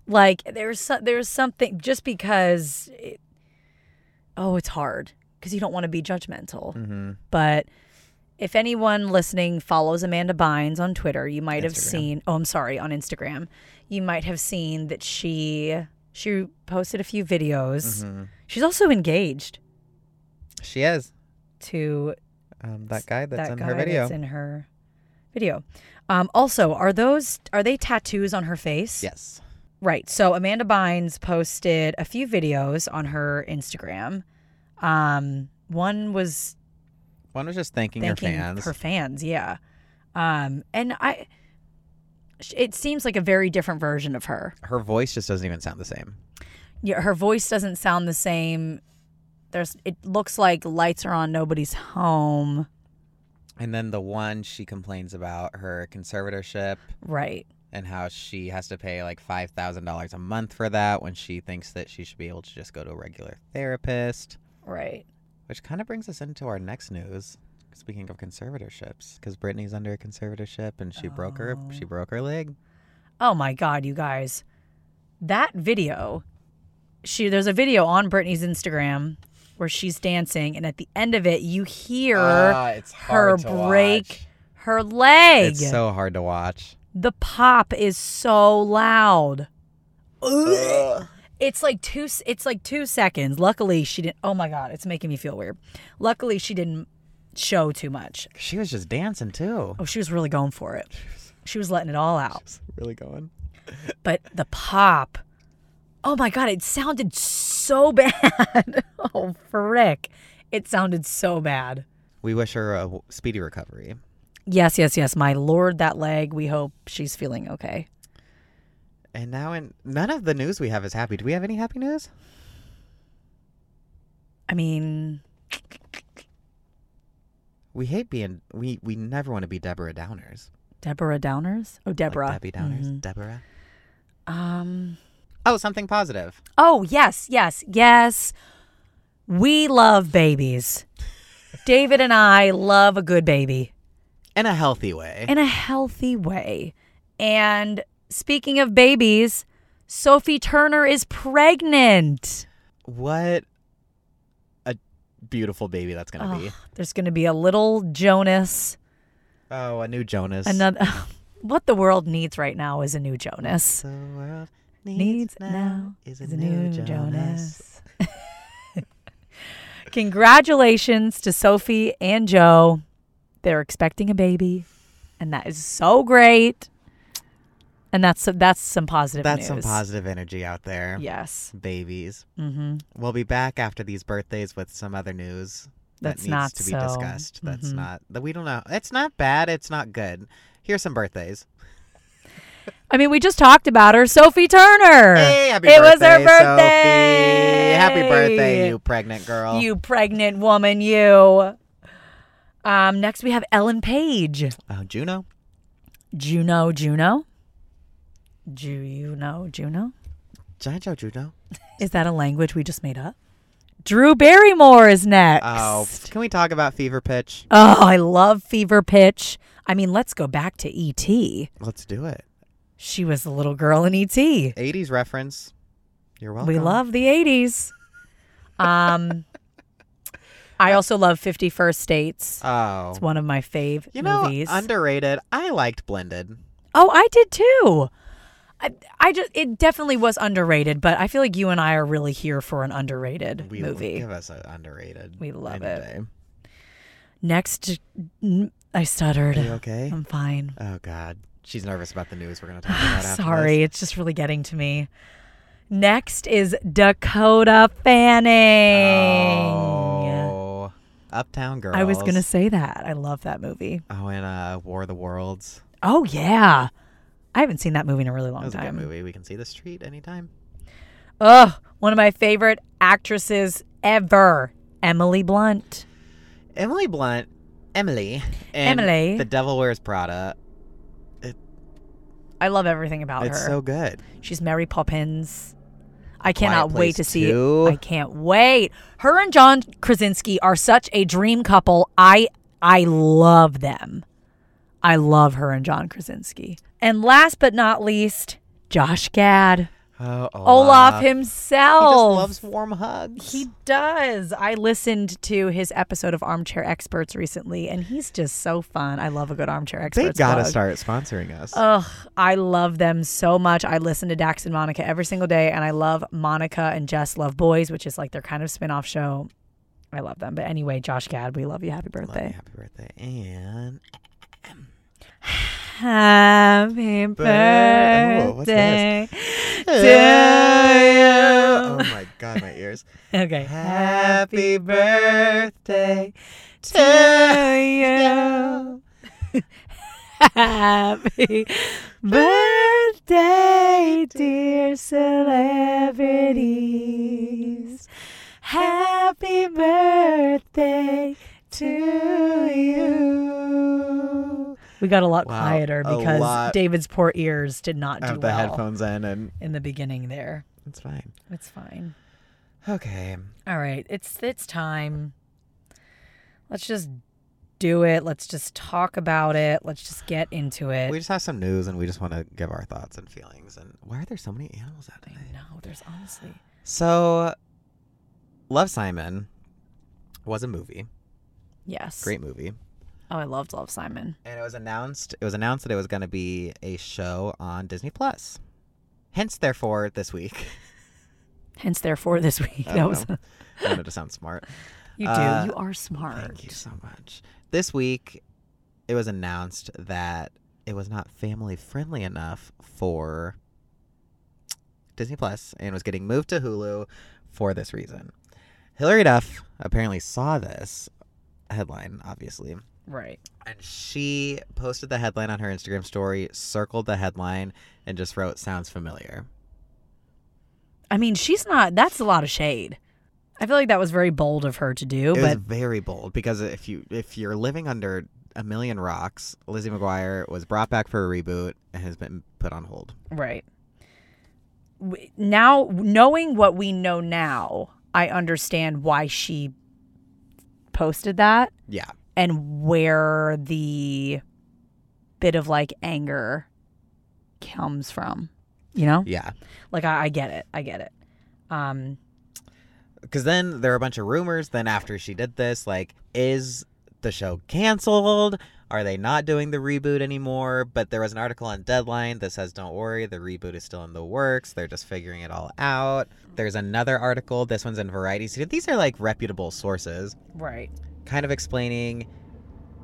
[SPEAKER 1] Like there's so, there's something just because. It, oh, it's hard because you don't want to be judgmental,
[SPEAKER 2] Mm-hmm.
[SPEAKER 1] but. If anyone listening follows Amanda Bynes on Twitter, you might have
[SPEAKER 2] Instagram.
[SPEAKER 1] seen oh I'm sorry, on Instagram, you might have seen that she she posted a few videos
[SPEAKER 2] hmm
[SPEAKER 1] She's also engaged
[SPEAKER 2] She is
[SPEAKER 1] to
[SPEAKER 2] um, that guy that's
[SPEAKER 1] that
[SPEAKER 2] in
[SPEAKER 1] guy
[SPEAKER 2] her video.
[SPEAKER 1] that's in her video. Um, also, are those are they tattoos on her face?
[SPEAKER 2] yes.
[SPEAKER 1] Right. So Amanda Bynes posted a few videos on her Instagram. Um, one was
[SPEAKER 2] One was just thanking,
[SPEAKER 1] thanking
[SPEAKER 2] her fans.
[SPEAKER 1] her fans, yeah. Um, and I, it seems like a very different version of her.
[SPEAKER 2] her voice just doesn't even sound the same.
[SPEAKER 1] Yeah, her voice doesn't sound the same. There's, it looks like lights are on, nobody's home.
[SPEAKER 2] And then the one she complains about her conservatorship
[SPEAKER 1] Right.
[SPEAKER 2] and how she has to pay like five thousand dollars a month for that when she thinks that she should be able to just go to a regular therapist.
[SPEAKER 1] Right.
[SPEAKER 2] Which kind of brings us into our next news. Speaking of conservatorships, because Brittany's under a conservatorship and she broke her
[SPEAKER 1] Oh.
[SPEAKER 2] she broke her leg.
[SPEAKER 1] Oh my god, you guys. That video she there's a video on Britney's Instagram where she's dancing and at the end of it you hear
[SPEAKER 2] it's
[SPEAKER 1] her break her leg.
[SPEAKER 2] Ah. It's so hard to watch.
[SPEAKER 1] the pop is so loud. It's like two s- it's like 2 seconds. Luckily she didn't Oh my god, it's making me feel weird. Luckily she didn't show too much.
[SPEAKER 2] She was just dancing too.
[SPEAKER 1] Oh, she was really going for it. She was letting it all out.
[SPEAKER 2] Really going.
[SPEAKER 1] but the pop oh my god it sounded so bad oh frick it sounded so bad
[SPEAKER 2] We wish her a w- speedy recovery.
[SPEAKER 1] yes yes yes my lord that leg we hope she's feeling okay
[SPEAKER 2] And now, in none of the news we have is happy. Do we have any happy news?
[SPEAKER 1] i mean
[SPEAKER 2] We hate being we we never want to be Deborah Downers.
[SPEAKER 1] deborah downers oh deborah
[SPEAKER 2] Like Debbie Downers.
[SPEAKER 1] Mhm.
[SPEAKER 2] Deborah.
[SPEAKER 1] um
[SPEAKER 2] Oh, something positive.
[SPEAKER 1] oh yes yes yes we love babies david and i love a good baby
[SPEAKER 2] In a healthy way.
[SPEAKER 1] in a healthy way. And speaking of babies, Sophie Turner is pregnant.
[SPEAKER 2] what a beautiful baby that's gonna be.
[SPEAKER 1] Ugh, there's going to be a little Jonas.
[SPEAKER 2] Oh, a new Jonas.
[SPEAKER 1] Another. what the world needs right now is a new Jonas.
[SPEAKER 2] The world
[SPEAKER 1] Needs
[SPEAKER 2] needs,
[SPEAKER 1] now
[SPEAKER 2] now is a new, Jonas.
[SPEAKER 1] Jonas. Congratulations to Sophie and Joe. They're expecting a baby, and that is so great. And that's that's some positive
[SPEAKER 2] That's
[SPEAKER 1] news.
[SPEAKER 2] some positive energy out there.
[SPEAKER 1] Yes.
[SPEAKER 2] Babies.
[SPEAKER 1] Mm-hmm.
[SPEAKER 2] We'll be back after these birthdays with some other news that
[SPEAKER 1] That's
[SPEAKER 2] needs
[SPEAKER 1] not
[SPEAKER 2] to be
[SPEAKER 1] so-
[SPEAKER 2] discussed. That's
[SPEAKER 1] Mhm.
[SPEAKER 2] not that we don't know. It's not bad. It's not good. Here's some birthdays.
[SPEAKER 1] I mean, we just talked about her, Sophie Turner.
[SPEAKER 2] Hey, happy
[SPEAKER 1] it
[SPEAKER 2] birthday,
[SPEAKER 1] was her birthday.
[SPEAKER 2] Sophie. Happy birthday, you pregnant girl.
[SPEAKER 1] you pregnant woman, you. Um, next we have Ellen Page.
[SPEAKER 2] Oh, Juno.
[SPEAKER 1] Juno, Juno. Do you know Juno?
[SPEAKER 2] Giant Joe Juno.
[SPEAKER 1] Is that a language we just made up? Drew Barrymore is next.
[SPEAKER 2] Oh, can we talk about Fever Pitch?
[SPEAKER 1] Oh, I love Fever Pitch. I mean, let's go back to E.T.
[SPEAKER 2] Let's do it.
[SPEAKER 1] She was the little girl in E.T.
[SPEAKER 2] 80s reference. You're welcome.
[SPEAKER 1] We love the 80s. Um, I also love 51st States.
[SPEAKER 2] Oh.
[SPEAKER 1] It's one of my fave
[SPEAKER 2] You know,
[SPEAKER 1] movies.
[SPEAKER 2] underrated. I liked Blended.
[SPEAKER 1] oh, I did too. I, I just it definitely was underrated, but I feel like you and I are really here for an underrated
[SPEAKER 2] We
[SPEAKER 1] movie.
[SPEAKER 2] give us an underrated.
[SPEAKER 1] We love
[SPEAKER 2] any
[SPEAKER 1] it.
[SPEAKER 2] day.
[SPEAKER 1] Next, n- I stuttered.
[SPEAKER 2] Are you okay?
[SPEAKER 1] I'm fine.
[SPEAKER 2] Oh God, she's nervous about the news we're gonna talk about. after
[SPEAKER 1] Sorry, it's just really getting to me. Next is Dakota Fanning.
[SPEAKER 2] this. Oh, Uptown Girls.
[SPEAKER 1] I was gonna say that. I love that movie.
[SPEAKER 2] Oh, and uh, War of the Worlds.
[SPEAKER 1] Oh yeah, I haven't seen that movie in a really
[SPEAKER 2] That
[SPEAKER 1] long
[SPEAKER 2] was a good
[SPEAKER 1] time.
[SPEAKER 2] movie. We can see the street anytime.
[SPEAKER 1] Ugh, one of my favorite actresses ever, Emily Blunt.
[SPEAKER 2] Emily Blunt, Emily, and
[SPEAKER 1] Emily.
[SPEAKER 2] The Devil Wears Prada.
[SPEAKER 1] I love everything about
[SPEAKER 2] It's
[SPEAKER 1] her.
[SPEAKER 2] so good.
[SPEAKER 1] She's Mary Poppins. I cannot wait
[SPEAKER 2] Place
[SPEAKER 1] to see
[SPEAKER 2] Two.
[SPEAKER 1] it. I can't wait. Her and John Krasinski are such a dream couple. I I love them. I love her and John Krasinski. And last but not least, Josh Gad.
[SPEAKER 2] Oh, Olaf.
[SPEAKER 1] Olaf
[SPEAKER 2] He
[SPEAKER 1] himself.
[SPEAKER 2] just loves warm hugs.
[SPEAKER 1] He does. I listened to his episode of Armchair Experts recently, and he's just so fun. I love a good armchair expert.
[SPEAKER 2] they gotta start sponsoring us.
[SPEAKER 1] Ugh, I love them so much. I listen to Dax and Monica every single day, and I love Monica and Jess Love Boys, which is like their kind of spin off show. I love them. But anyway, Josh Gad, we love you. Happy
[SPEAKER 2] Love you,
[SPEAKER 1] birthday.
[SPEAKER 2] happy birthday and
[SPEAKER 1] Happy
[SPEAKER 2] Birthday. Whoa, what's
[SPEAKER 1] birthday.
[SPEAKER 2] Oh my god, my ears.
[SPEAKER 1] Okay.
[SPEAKER 2] Happy birthday
[SPEAKER 1] to you. Happy birthday, dear celebrities. Happy birthday to you. We got a lot
[SPEAKER 2] Wow,
[SPEAKER 1] quieter
[SPEAKER 2] a
[SPEAKER 1] because
[SPEAKER 2] lot.
[SPEAKER 1] David's poor ears did not
[SPEAKER 2] I
[SPEAKER 1] do
[SPEAKER 2] have the
[SPEAKER 1] well
[SPEAKER 2] headphones in and
[SPEAKER 1] in the beginning there.
[SPEAKER 2] it's fine.
[SPEAKER 1] It's fine.
[SPEAKER 2] Okay.
[SPEAKER 1] All right, it's it's time. Let's just do it. Let's just talk about it. Let's just get into it.
[SPEAKER 2] We just have some news and we just want to give our thoughts and feelings and why are there so many animals out
[SPEAKER 1] I
[SPEAKER 2] today?
[SPEAKER 1] know there's honestly
[SPEAKER 2] So Love Simon was a movie.
[SPEAKER 1] yes.
[SPEAKER 2] Great movie.
[SPEAKER 1] Oh, I loved Love Simon.
[SPEAKER 2] And it was announced it was announced that it was gonna be a show on Disney Plus. Hence therefore this week.
[SPEAKER 1] Hence, therefore, this week
[SPEAKER 2] I
[SPEAKER 1] that
[SPEAKER 2] don't
[SPEAKER 1] was
[SPEAKER 2] know. I wanted to sound smart.
[SPEAKER 1] you do.
[SPEAKER 2] Uh,
[SPEAKER 1] you are smart.
[SPEAKER 2] Thank you so much. This week, it was announced that it was not family friendly enough for Disney Plus and was getting moved to Hulu for this reason. Hilary Duff apparently saw this headline, obviously,
[SPEAKER 1] Right.
[SPEAKER 2] and she posted the headline on her Instagram story, circled the headline, and just wrote, Sounds familiar.
[SPEAKER 1] I mean, she's not. That's a lot of shade. I feel like that was very bold of her to do,
[SPEAKER 2] It was
[SPEAKER 1] but
[SPEAKER 2] very bold because if you if you're living under a million rocks, Lizzie McGuire was brought back for a reboot and has been put on hold.
[SPEAKER 1] Right. W- Now, knowing what we know now, I understand why she posted that
[SPEAKER 2] Yeah,
[SPEAKER 1] and where the bit of like anger comes from. You know?
[SPEAKER 2] yeah.
[SPEAKER 1] Like, I, I get it. I get it. Um,
[SPEAKER 2] Because then there are a bunch of rumors. Then after she did this, like, is the show canceled? Are they not doing the reboot anymore? But there was an article on Deadline that says, "Don't worry, the reboot is still in the works. They're just figuring it all out." There's another article. This one's in Variety. See, these are like reputable sources.
[SPEAKER 1] right.
[SPEAKER 2] kind of explaining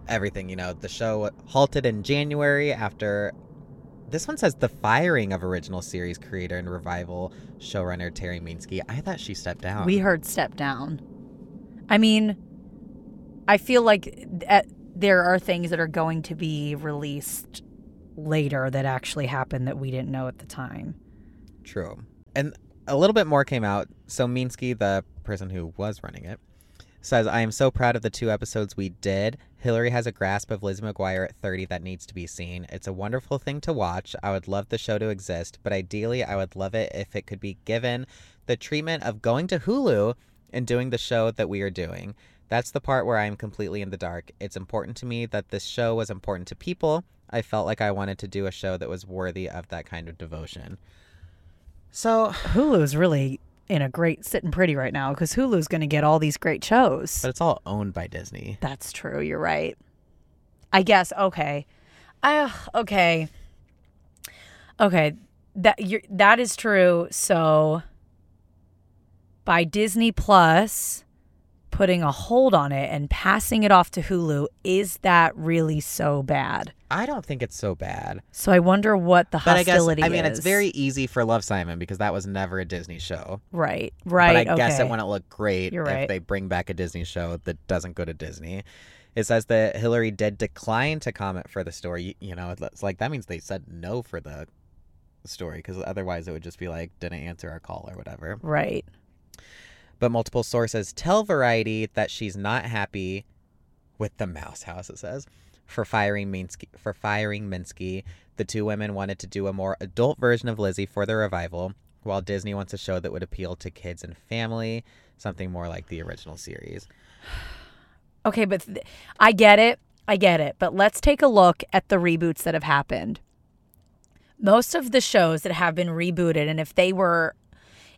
[SPEAKER 2] everything. You know, the show halted in January after. This one says the firing of original series creator and revival showrunner Terry Minsky. I thought she stepped down.
[SPEAKER 1] We heard step down. I mean, I feel like at, there are things that are going to be released later that actually happened that we didn't know at the time.
[SPEAKER 2] True. And a little bit more came out. So Minsky, the person who was running it, says, I am so proud of the two episodes we did. Hillary has a grasp of Liz McGuire at 30 that needs to be seen. It's a wonderful thing to watch. I would love the show to exist, but ideally, I would love it if it could be given the treatment of going to Hulu and doing the show that we are doing. That's the part where I am completely in the dark. It's important to me that this show was important to people. I felt like I wanted to do a show that was worthy of that kind of devotion. So,
[SPEAKER 1] Hulu's really in a great sitting pretty right now because Hulu's going to get all these great shows.
[SPEAKER 2] but it's all owned by Disney.
[SPEAKER 1] That's true. You're right. I guess. Okay. I okay. Okay. that you're, that is true. So by Disney Plus putting a hold on it and passing it off to Hulu, is that really so bad?
[SPEAKER 2] I don't think it's so bad.
[SPEAKER 1] So I wonder what the
[SPEAKER 2] But I guess
[SPEAKER 1] hostility
[SPEAKER 2] I mean it's
[SPEAKER 1] is.
[SPEAKER 2] very easy for Love Simon because that was never a Disney show.
[SPEAKER 1] right, right.
[SPEAKER 2] But I guess it
[SPEAKER 1] okay.
[SPEAKER 2] wouldn't look great
[SPEAKER 1] You're
[SPEAKER 2] if
[SPEAKER 1] right.
[SPEAKER 2] they bring back a Disney show that doesn't go to Disney. It says that Hillary did decline to comment for the story. You, you know, it's like that means they said no for the story because otherwise it would just be like didn't answer our call or whatever.
[SPEAKER 1] right.
[SPEAKER 2] But multiple sources tell Variety that she's not happy with the Mouse House. It says for firing Minsky. For firing Minsky, the two women wanted to do a more adult version of Lizzie for the revival, while Disney wants a show that would appeal to kids and family, something more like the original series.
[SPEAKER 1] Okay, but th- I get it. I get it. But let's take a look at the reboots that have happened. Most of the shows that have been rebooted, and if they were,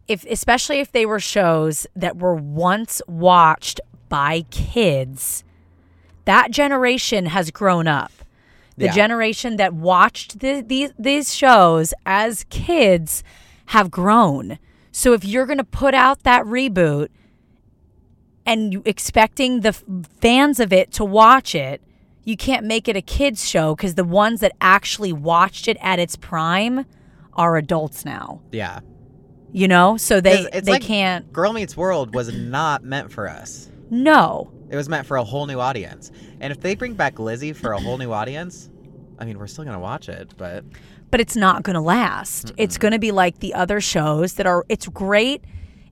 [SPEAKER 1] if especially if they were shows that were once watched by kids, that generation has grown up. The
[SPEAKER 2] Yeah.
[SPEAKER 1] generation that watched the, these these shows as kids have grown. So if you're going to put out that reboot, and you expecting the f- fans of it to watch it, you can't make it a kids show because the ones that actually watched it at its prime are adults now.
[SPEAKER 2] Yeah,
[SPEAKER 1] You know, so they
[SPEAKER 2] It's- it's
[SPEAKER 1] they
[SPEAKER 2] like-
[SPEAKER 1] can't.
[SPEAKER 2] Girl Meets World was not meant for us.
[SPEAKER 1] No,
[SPEAKER 2] It was meant for a whole new audience. And if they bring back Lizzie for a whole new audience, I mean, we're still gonna watch it, but
[SPEAKER 1] but it's not going to last. It's going to be like the other shows that are. It's great.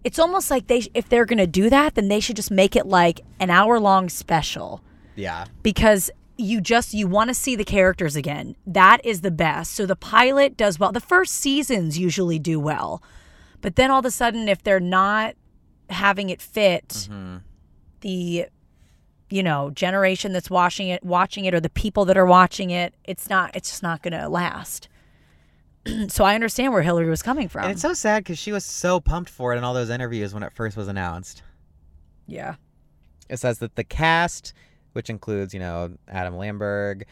[SPEAKER 1] It's almost like they sh- if they're going to do that, then they should just make it like an hour long special.
[SPEAKER 2] yeah,
[SPEAKER 1] because you just you want to see the characters again. That is the best. So the pilot does well. The first seasons usually do well. But then all of a sudden if they're not having it fit the you know, generation that's watching it watching it or the people that are watching it, it's not it's just not going to last. so I understand where Hillary was coming from.
[SPEAKER 2] And it's so sad because she was so pumped for it in all those interviews when it first was announced.
[SPEAKER 1] yeah.
[SPEAKER 2] It says that the cast, which includes, you know, Adam Lamberg,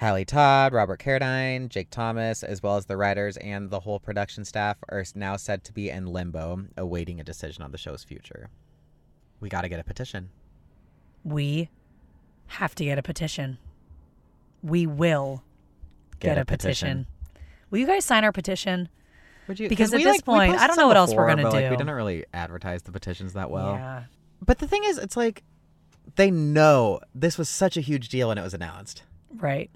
[SPEAKER 2] Hallie Todd, Robert Carradine, Jake Thomas, as well as the writers and the whole production staff, are now said to be in limbo, awaiting a decision on the show's future. We got to get a petition.
[SPEAKER 1] We have to get a petition. We will get, a petition. Will you guys sign our petition?
[SPEAKER 2] Would you,
[SPEAKER 1] Because
[SPEAKER 2] 'cause
[SPEAKER 1] at
[SPEAKER 2] we,
[SPEAKER 1] this
[SPEAKER 2] like, we
[SPEAKER 1] point, I
[SPEAKER 2] posted
[SPEAKER 1] don't
[SPEAKER 2] some
[SPEAKER 1] know what else we're
[SPEAKER 2] before,
[SPEAKER 1] gonna
[SPEAKER 2] but, Like,
[SPEAKER 1] do.
[SPEAKER 2] we didn't really advertise the petitions that well.
[SPEAKER 1] yeah.
[SPEAKER 2] But the thing is, it's like they know this was such a huge deal when it was announced.
[SPEAKER 1] Right.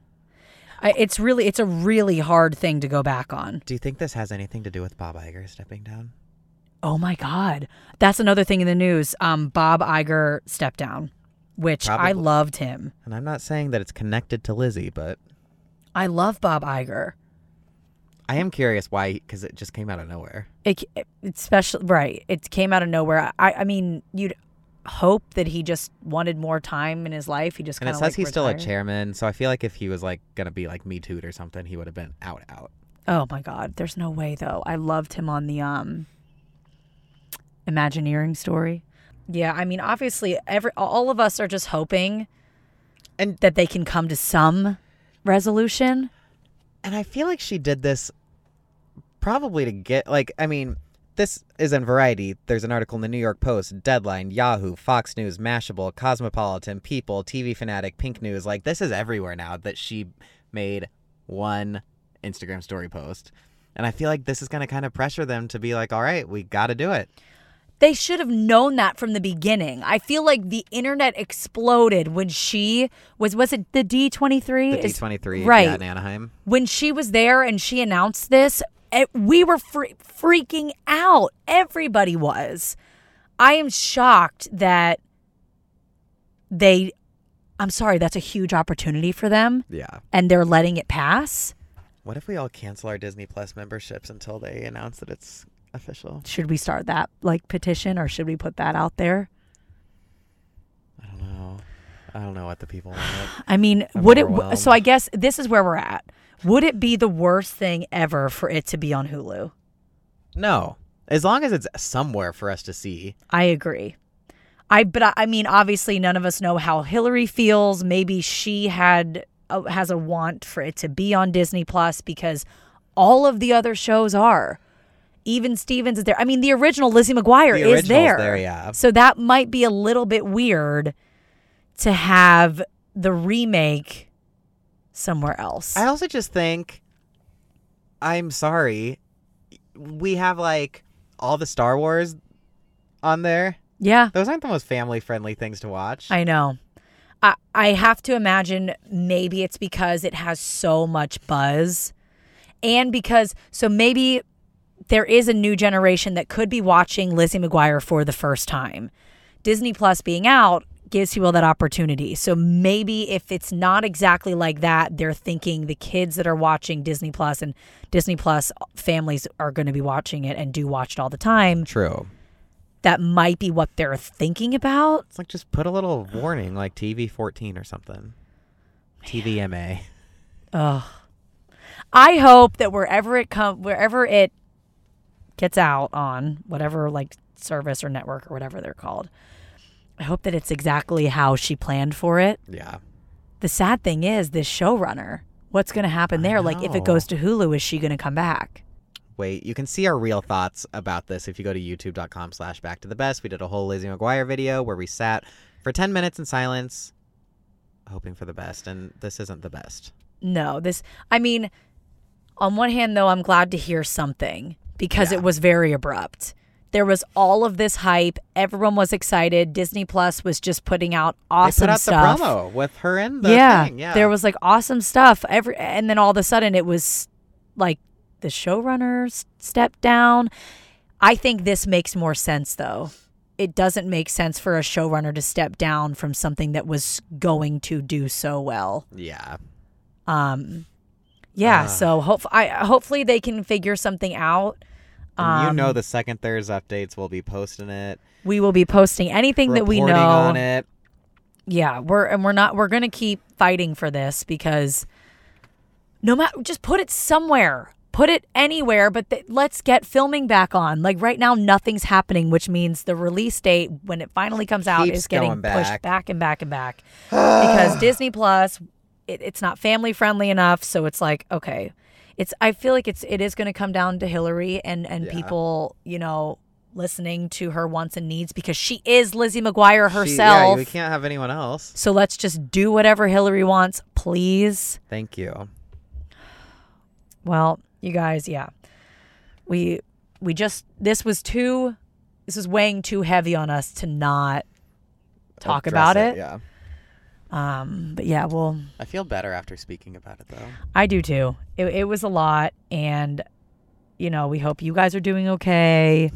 [SPEAKER 1] I, it's really it's a really hard thing to go back on.
[SPEAKER 2] Do you think this has anything to do with Bob Iger stepping down?
[SPEAKER 1] Oh my god. That's another thing in the news. Um Bob Iger stepped down, which I
[SPEAKER 2] Probably.
[SPEAKER 1] loved him.
[SPEAKER 2] And I'm not saying that it's connected to Lizzie, but
[SPEAKER 1] I love Bob Iger.
[SPEAKER 2] I am curious why, because it just came out of nowhere.
[SPEAKER 1] It, it's special right. It came out of nowhere. I I mean, you'd hope that he just wanted more time in his life. He just
[SPEAKER 2] And
[SPEAKER 1] kind
[SPEAKER 2] it
[SPEAKER 1] of
[SPEAKER 2] says
[SPEAKER 1] like
[SPEAKER 2] he's still a
[SPEAKER 1] retired.
[SPEAKER 2] chairman, so I feel like if he was like gonna be like me too'd or something, he would have been out out.
[SPEAKER 1] Oh my god, there's no way though. I loved him on the um Imagineering story. Yeah, I mean obviously every all of us are just hoping
[SPEAKER 2] And-
[SPEAKER 1] that they can come to some resolution.
[SPEAKER 2] And I feel like she did this probably to get like I mean, this is in Variety. There's an article in the New York Post, Deadline, Yahoo, Fox News, Mashable, Cosmopolitan, People, TV Fanatic, Pink News. Like this is everywhere now that she made one Instagram story post. And I feel like this is gonna kind of pressure them to be like, all right, we gotta do it.
[SPEAKER 1] They should have known that from the beginning. I feel like the internet exploded when she was was it the D23?
[SPEAKER 2] The D
[SPEAKER 1] Is-
[SPEAKER 2] twenty three
[SPEAKER 1] right.
[SPEAKER 2] yeah, in Anaheim.
[SPEAKER 1] when she was there and she announced this, it, we were fre- freaking out. Everybody was. I am shocked that they. I'm sorry, that's a huge opportunity for them,
[SPEAKER 2] Yeah.
[SPEAKER 1] and they're letting it pass.
[SPEAKER 2] What if we all cancel our Disney Plus memberships until they announce that it's official?
[SPEAKER 1] Should we start that like petition, or should we put that out there?
[SPEAKER 2] I don't know. I don't know what the people want.
[SPEAKER 1] I mean,
[SPEAKER 2] I'm
[SPEAKER 1] would it?
[SPEAKER 2] overwhelmed.
[SPEAKER 1] So I guess this is where we're at. Would it be the worst thing ever for it to be on Hulu?
[SPEAKER 2] No. As long as it's somewhere for us to see.
[SPEAKER 1] I agree. I but I, I mean, obviously, none of us know how Hillary feels. Maybe she had a, has a want for it to be on Disney Plus because all of the other shows are. Even Stevens is there. I mean, the original Lizzie McGuire
[SPEAKER 2] The
[SPEAKER 1] is
[SPEAKER 2] original's
[SPEAKER 1] there.
[SPEAKER 2] there, yeah.
[SPEAKER 1] So that might be a little bit weird to have the remake somewhere else.
[SPEAKER 2] I also just think I'm sorry. We have like all the Star Wars on there.
[SPEAKER 1] yeah,
[SPEAKER 2] Those aren't the most family friendly things to watch.
[SPEAKER 1] I know. I I have to imagine maybe it's because it has so much buzz, and because so maybe there is a new generation that could be watching Lizzie McGuire for the first time. Disney Plus being out gives people that opportunity. So maybe if it's not exactly like that, they're thinking the kids that are watching Disney Plus and Disney Plus families are going to be watching it and do watch it all the time.
[SPEAKER 2] True.
[SPEAKER 1] That might be what they're thinking about.
[SPEAKER 2] It's like just put a little warning like TV 14 or something. TVMA.
[SPEAKER 1] I hope that wherever it come wherever it gets out on whatever like service or network or whatever they're called. I hope that it's exactly how she planned for it.
[SPEAKER 2] Yeah.
[SPEAKER 1] The sad thing is this showrunner. What's going to happen there? Like if it
[SPEAKER 2] know.
[SPEAKER 1] goes to Hulu is she going to come back?
[SPEAKER 2] Wait, you can see our real thoughts about this if you go to youtube.com slash back to the best. We did a whole Lizzie McGuire video where we sat for 10 minutes in silence hoping for the best, and this isn't the best.
[SPEAKER 1] No, this I mean on one hand though I'm glad to hear something because
[SPEAKER 2] Yeah.
[SPEAKER 1] it was very abrupt. There was all of this hype. Everyone was excited. Disney Plus was just putting out awesome
[SPEAKER 2] they put out
[SPEAKER 1] stuff.
[SPEAKER 2] the promo with her in the thing. Yeah.
[SPEAKER 1] there was like awesome stuff. Every and then all of a sudden it was like the showrunners stepped down. I think this makes more sense though. It doesn't make sense for a showrunner to step down from something that was going to do so well.
[SPEAKER 2] Yeah.
[SPEAKER 1] Um, yeah.
[SPEAKER 2] Ah.
[SPEAKER 1] so hope I hopefully they can figure something out.
[SPEAKER 2] And you
[SPEAKER 1] Um,
[SPEAKER 2] know the second there's updates, we'll be posting it.
[SPEAKER 1] we will be posting anything that we
[SPEAKER 2] reporting
[SPEAKER 1] know
[SPEAKER 2] on it.
[SPEAKER 1] Yeah, we're and we're not we're gonna keep fighting for this because no matter just put it somewhere, put it anywhere, but th- let's get filming back on. Like right now, nothing's happening, which means the release date when it finally comes out
[SPEAKER 2] Keeps
[SPEAKER 1] is getting
[SPEAKER 2] going
[SPEAKER 1] pushed
[SPEAKER 2] back.
[SPEAKER 1] back and back and back because Disney Plus, it, it's not family friendly enough, so it's like okay, it's I feel like it's it is gonna come down to Hillary and and
[SPEAKER 2] Yeah.
[SPEAKER 1] people you know listening to her wants and needs because she is Lizzie McGuire herself.
[SPEAKER 2] She- yeah, we can't have anyone else.
[SPEAKER 1] So let's just do whatever Hillary wants, please.
[SPEAKER 2] Thank you.
[SPEAKER 1] Well, you guys, yeah. We we just this was too this is weighing too heavy on us to not talk
[SPEAKER 2] Address
[SPEAKER 1] about it.
[SPEAKER 2] Yeah.
[SPEAKER 1] Um, but yeah, well,
[SPEAKER 2] I feel better after speaking about it though.
[SPEAKER 1] I do too. It, it was a lot and you know, we hope you guys are doing okay.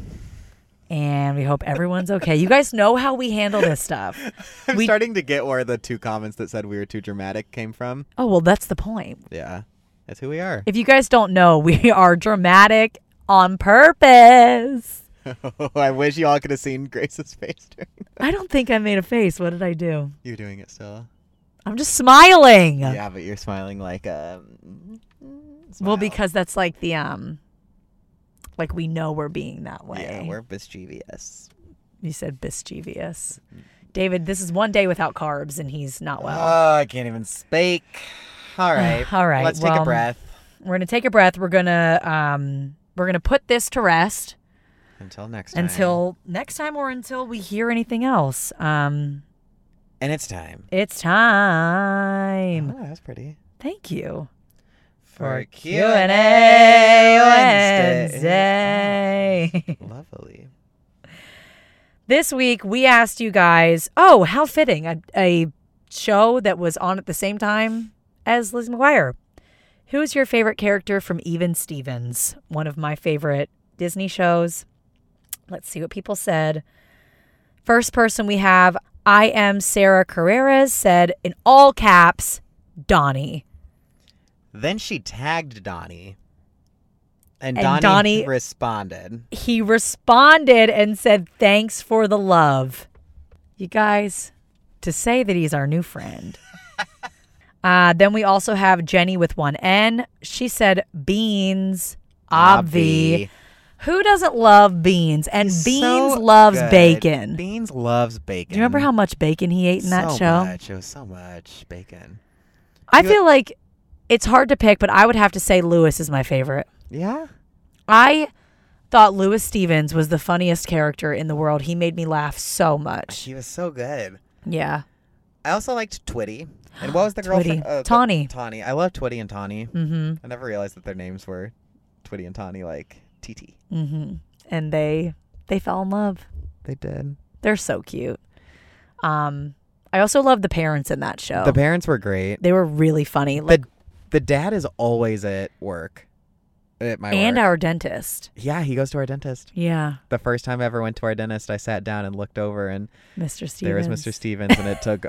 [SPEAKER 1] And we hope everyone's okay. You guys know how we handle this stuff.
[SPEAKER 2] I'm
[SPEAKER 1] We-
[SPEAKER 2] starting to get where the two comments that said we were too dramatic came from.
[SPEAKER 1] Oh, well, that's the point.
[SPEAKER 2] Yeah. That's who we are.
[SPEAKER 1] If you guys don't know, we are dramatic on purpose.
[SPEAKER 2] I wish you all could have seen Grace's face during
[SPEAKER 1] I don't think I made a face. What did I do?
[SPEAKER 2] You doing it still.
[SPEAKER 1] I'm just smiling.
[SPEAKER 2] Yeah, but you're smiling like um
[SPEAKER 1] Well,
[SPEAKER 2] smile.
[SPEAKER 1] because that's like the um like we know we're being that way.
[SPEAKER 2] Yeah, we're mischievous.
[SPEAKER 1] you said mischievous. David, this is one day without carbs and he's not well.
[SPEAKER 2] oh, I can't even speak. All right.
[SPEAKER 1] All right,
[SPEAKER 2] Let's take
[SPEAKER 1] well,
[SPEAKER 2] a breath
[SPEAKER 1] we're gonna take a breath. We're gonna um we're gonna put this to rest
[SPEAKER 2] until next time.
[SPEAKER 1] until next time or until we hear anything else. Um
[SPEAKER 2] and it's time.
[SPEAKER 1] it's time.
[SPEAKER 2] Oh, that was pretty.
[SPEAKER 1] Thank you.
[SPEAKER 2] For Q
[SPEAKER 1] Q&A
[SPEAKER 2] and A
[SPEAKER 1] Wednesday.
[SPEAKER 2] Lovely.
[SPEAKER 1] This week, we asked you guys, oh, how fitting, a, a show that was on at the same time as Liz McGuire. Who's your favorite character from Even Stevens? One of my favorite Disney shows. Let's see what people said. First person we have, I am Sarah Carreras, said in all caps, Donnie.
[SPEAKER 2] Then she tagged Donnie. And,
[SPEAKER 1] And
[SPEAKER 2] Donnie,
[SPEAKER 1] Donnie-
[SPEAKER 2] responded.
[SPEAKER 1] He responded and said, thanks for the love. You guys, to say that he's our new friend. Uh, then we also have Jenny with one N. She said beans. Obvi.
[SPEAKER 2] Obvi.
[SPEAKER 1] Who doesn't love beans? And
[SPEAKER 2] He's
[SPEAKER 1] beans
[SPEAKER 2] so
[SPEAKER 1] loves
[SPEAKER 2] good.
[SPEAKER 1] bacon.
[SPEAKER 2] Beans loves bacon.
[SPEAKER 1] Do you remember how much bacon he ate in that
[SPEAKER 2] so
[SPEAKER 1] show?
[SPEAKER 2] Much. It was so much bacon.
[SPEAKER 1] I feel like It's hard to pick, but I would have to say Lewis is my favorite.
[SPEAKER 2] Yeah.
[SPEAKER 1] I thought Lewis Stevens was the funniest character in the world. He made me laugh so much.
[SPEAKER 3] She was so good.
[SPEAKER 1] Yeah.
[SPEAKER 2] I also liked Twitty. And what was the girl?
[SPEAKER 1] Twitty.
[SPEAKER 2] fr- uh, the-
[SPEAKER 1] Tawny.
[SPEAKER 2] Tawny. I love Twitty and Tawny.
[SPEAKER 1] Mhm.
[SPEAKER 2] I never realized that their names were Twitty and Tawny, like TT.
[SPEAKER 1] Mhm. And they they fell in love.
[SPEAKER 2] They did.
[SPEAKER 1] They're so cute. Um I also love the parents in that show.
[SPEAKER 2] The parents were great.
[SPEAKER 1] they were really funny. Like
[SPEAKER 2] the the dad is always at work. At my
[SPEAKER 1] and
[SPEAKER 2] work.
[SPEAKER 1] our dentist.
[SPEAKER 2] yeah, he goes to our dentist.
[SPEAKER 1] Yeah.
[SPEAKER 2] The first time I ever went to our dentist, I sat down and looked over, and
[SPEAKER 1] Mr. Stevens.
[SPEAKER 2] there was Mr. Stevens, and it took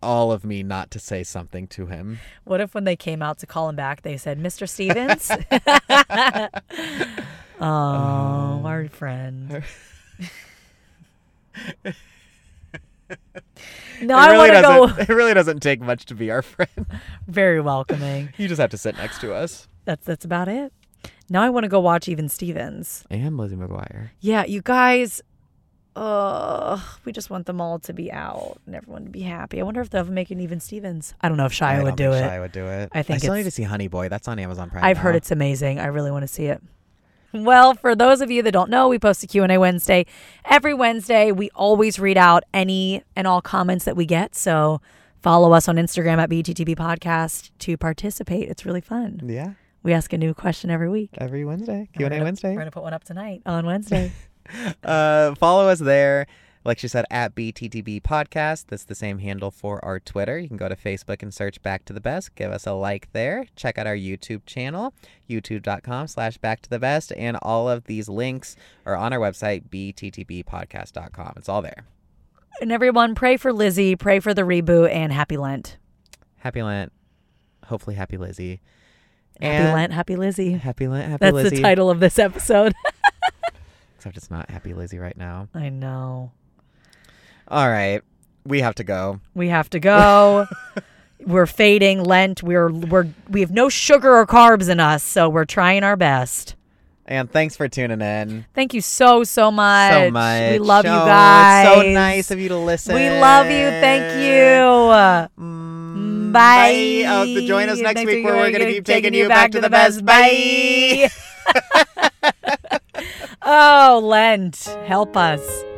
[SPEAKER 2] all of me not to say something to him.
[SPEAKER 1] What if when they came out to call him back, they said, Mr. Stevens? oh,
[SPEAKER 2] Um,
[SPEAKER 1] our friend. no,
[SPEAKER 2] it
[SPEAKER 1] I
[SPEAKER 2] really
[SPEAKER 1] want to
[SPEAKER 2] doesn't.
[SPEAKER 1] go.
[SPEAKER 2] It really doesn't take much to be our friend.
[SPEAKER 1] Very welcoming.
[SPEAKER 2] You just have to sit next to us.
[SPEAKER 1] That's that's about it. Now I want to go watch Even Stevens.
[SPEAKER 2] And Lizzie McGuire.
[SPEAKER 1] Yeah, you guys. Uh, we just want them all to be out and everyone to be happy. I wonder if they'll ever make an Even Stevens. I don't know if Shia would do it.
[SPEAKER 2] I would do it.
[SPEAKER 1] I think
[SPEAKER 2] I still
[SPEAKER 1] it's-
[SPEAKER 2] need to see Honey Boy. That's on Amazon Prime.
[SPEAKER 1] I've heard
[SPEAKER 2] now.
[SPEAKER 1] it's amazing. I really want to see it. Well, for those of you that don't know, we post a Q&A Wednesday. Every Wednesday, we always read out any and all comments that we get. So follow us on Instagram at E BTTB Podcast to participate. It's really fun.
[SPEAKER 2] Yeah,
[SPEAKER 1] We ask a new question every week.
[SPEAKER 2] every Wednesday. Q
[SPEAKER 1] We're
[SPEAKER 2] and A
[SPEAKER 1] gonna-
[SPEAKER 2] Wednesday.
[SPEAKER 1] We're going to put one up tonight on Wednesday.
[SPEAKER 2] uh, follow us there. Like she said, at BTTB Podcast. That's the same handle for our Twitter. You can go to Facebook and search Back to the Best. Give us a like there. Check out our YouTube channel, youtube.com slash Back to the Best. And all of these links are on our website, bttbpodcast.com. It's all there.
[SPEAKER 1] and everyone, pray for Lizzie, pray for the reboot, and happy Lent.
[SPEAKER 2] Happy Lent. Hopefully, happy Lizzie.
[SPEAKER 1] Happy Lent, happy Lizzie.
[SPEAKER 2] Happy Lent. Happy
[SPEAKER 1] That's
[SPEAKER 2] Lizzie.
[SPEAKER 1] the title of this episode.
[SPEAKER 2] Except it's not Happy Lizzie right now.
[SPEAKER 1] I know.
[SPEAKER 2] All right. We have to go.
[SPEAKER 1] We have to go. we're fading Lent. We're we're we have no sugar or carbs in us, so we're trying our best.
[SPEAKER 2] And thanks for tuning in.
[SPEAKER 1] Thank you so so much.
[SPEAKER 2] so much.
[SPEAKER 1] We love
[SPEAKER 2] Oh,
[SPEAKER 1] you
[SPEAKER 2] it's
[SPEAKER 1] guys.
[SPEAKER 2] so nice of you to listen.
[SPEAKER 1] We love you. Thank you.
[SPEAKER 2] Mm,
[SPEAKER 1] Bye.
[SPEAKER 2] Uh, to join us next, week, where we're going to
[SPEAKER 1] gonna
[SPEAKER 2] keep taking you back to the best. Bye.
[SPEAKER 1] Bye. oh, Lent, help us.